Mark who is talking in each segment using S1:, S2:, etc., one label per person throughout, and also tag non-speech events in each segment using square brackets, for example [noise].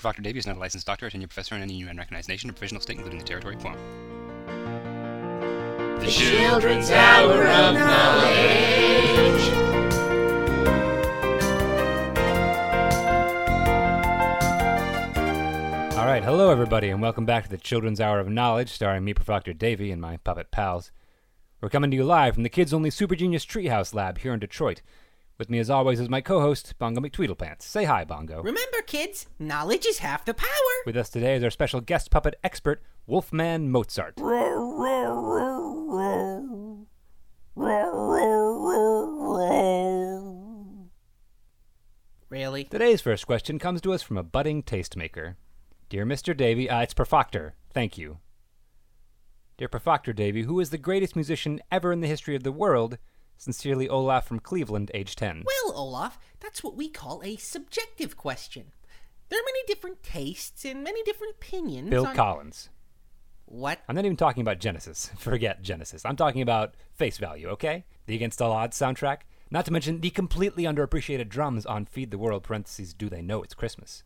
S1: Dr. Davy is not a licensed doctor, a tenure professor in any UN recognized nation or provisional state, including the territory of Guam. The
S2: Children's Hour of Knowledge.
S3: All right, hello everybody, and welcome back to the Children's Hour of Knowledge, starring me, Prof. Dr. Davy, and my puppet pals. We're coming to you live from the Kids Only Super Genius Treehouse Lab here in Detroit. With me, as always, is my co-host Bongo McTweedlepants. Say hi, Bongo.
S4: Remember, kids, knowledge is half the power.
S3: With us today is our special guest puppet expert, Wolfman Mozart.
S4: Really?
S3: Today's first question comes to us from a budding tastemaker. Dear Mr. Davy, uh, it's Perfoctor. Thank you. Dear Perfoctor Davy, who is the greatest musician ever in the history of the world? Sincerely, Olaf from Cleveland, age 10.
S4: Well, Olaf, that's what we call a subjective question. There are many different tastes and many different opinions.
S3: Bill
S4: on...
S3: Collins.
S4: What?
S3: I'm not even talking about Genesis. [laughs] Forget Genesis. I'm talking about face value, okay? The Against All Odds soundtrack. Not to mention the completely underappreciated drums on Feed the World, parentheses, Do They Know It's Christmas.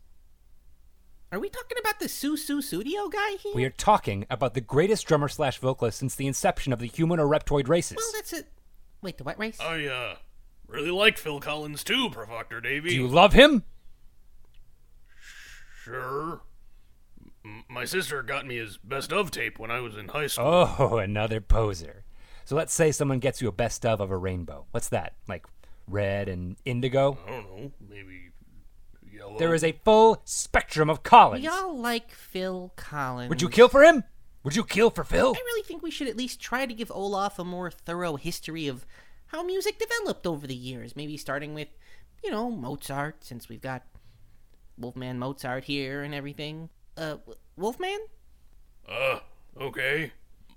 S4: Are we talking about the Su Su Studio guy here?
S3: We are talking about the greatest drummer slash vocalist since the inception of the human or reptoid races.
S4: Well, that's a. Wait, the what race?
S3: Oh,
S2: I, uh, really like Phil Collins too, Provoctor Davy.
S3: Do you love him?
S2: Sure. M- my sister got me his best of tape when I was in high school.
S3: Oh, another poser. So let's say someone gets you a best of of a rainbow. What's that? Like red and indigo?
S2: I don't know. Maybe yellow.
S3: There is a full spectrum of Collins.
S4: We all like Phil Collins.
S3: Would you kill for him? Would you kill for Phil?
S4: I really think we should at least try to give Olaf a more thorough history of how music developed over the years. Maybe starting with, you know, Mozart, since we've got Wolfman Mozart here and everything. Uh, Wolfman?
S2: Uh, okay.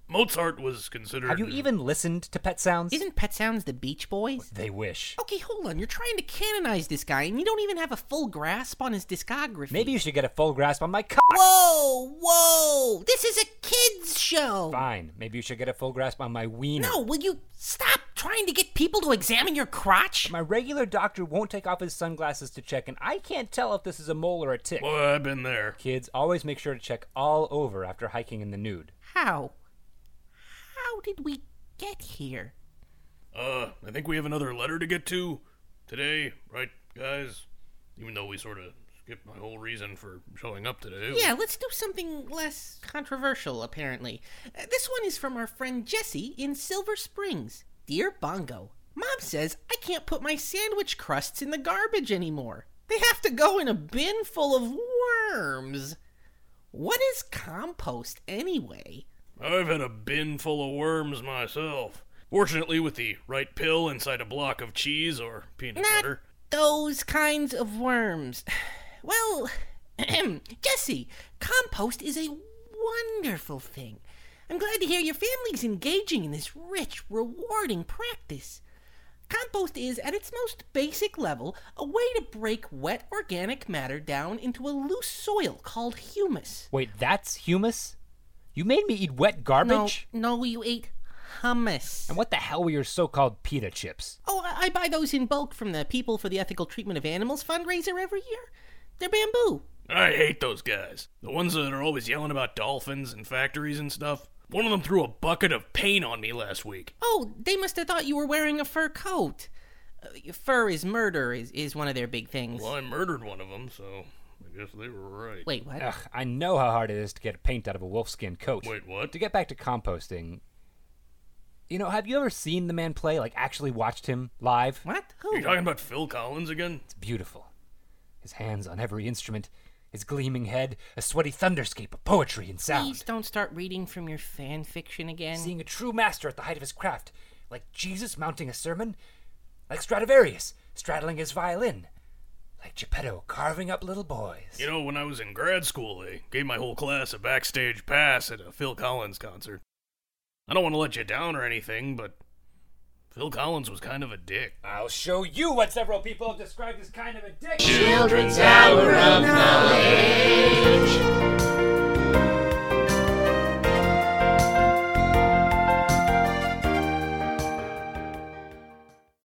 S2: Mozart was considered.
S3: Have you e- even listened to Pet Sounds?
S4: Isn't Pet Sounds the Beach Boys?
S3: They wish.
S4: Okay, hold on. You're trying to canonize this guy, and you don't even have a full grasp on his discography.
S3: Maybe you should get a full grasp on my cock.
S4: Whoa, whoa! This is a kids show.
S3: Fine. Maybe you should get a full grasp on my wiener.
S4: No, will you stop trying to get people to examine your crotch?
S3: My regular doctor won't take off his sunglasses to check, and I can't tell if this is a mole or a tick.
S2: Boy, I've been there.
S3: Kids, always make sure to check all over after hiking in the nude.
S4: How? How did we get here?
S2: Uh, I think we have another letter to get to today, right, guys? Even though we sort of skipped my whole reason for showing up today.
S4: Yeah, let's do something less controversial, apparently. Uh, this one is from our friend Jesse in Silver Springs. Dear Bongo, Mom says I can't put my sandwich crusts in the garbage anymore. They have to go in a bin full of worms. What is compost anyway?
S2: I've had a bin full of worms myself. Fortunately, with the right pill inside a block of cheese or peanut
S4: Not
S2: butter.
S4: those kinds of worms. [sighs] Well, [clears throat] Jesse, compost is a wonderful thing. I'm glad to hear your family's engaging in this rich, rewarding practice. Compost is, at its most basic level, a way to break wet organic matter down into a loose soil called humus.
S3: Wait, that's humus? You made me eat wet garbage?
S4: No, no, you ate hummus.
S3: And what the hell were your so called pita chips?
S4: Oh, I I buy those in bulk from the People for the Ethical Treatment of Animals fundraiser every year. They're bamboo.
S2: I hate those guys. The ones that are always yelling about dolphins and factories and stuff. One of them threw a bucket of paint on me last week.
S4: Oh, they must have thought you were wearing a fur coat. Uh, fur is murder is, is one of their big things.
S2: Well, I murdered one of them, so I guess they were right.
S4: Wait, what?
S3: Ugh, I know how hard it is to get paint out of a wolfskin coat.
S2: Wait, what?
S3: To get back to composting, you know, have you ever seen the man play? Like, actually watched him live?
S4: What? Oh.
S2: Are
S4: Who?
S2: you talking about Phil Collins again?
S3: It's beautiful. His hands on every instrument, his gleaming head, a sweaty thunderscape of poetry and
S4: Please
S3: sound.
S4: don't start reading from your fan fiction again.
S3: Seeing a true master at the height of his craft, like Jesus mounting a sermon, like Stradivarius straddling his violin, like Geppetto carving up little boys.
S2: You know, when I was in grad school, they gave my whole class a backstage pass at a Phil Collins concert. I don't want to let you down or anything, but Phil Collins was kind of a dick.
S3: I'll show you what several people have described as kind of a dick.
S2: Children's Hour of Knowledge.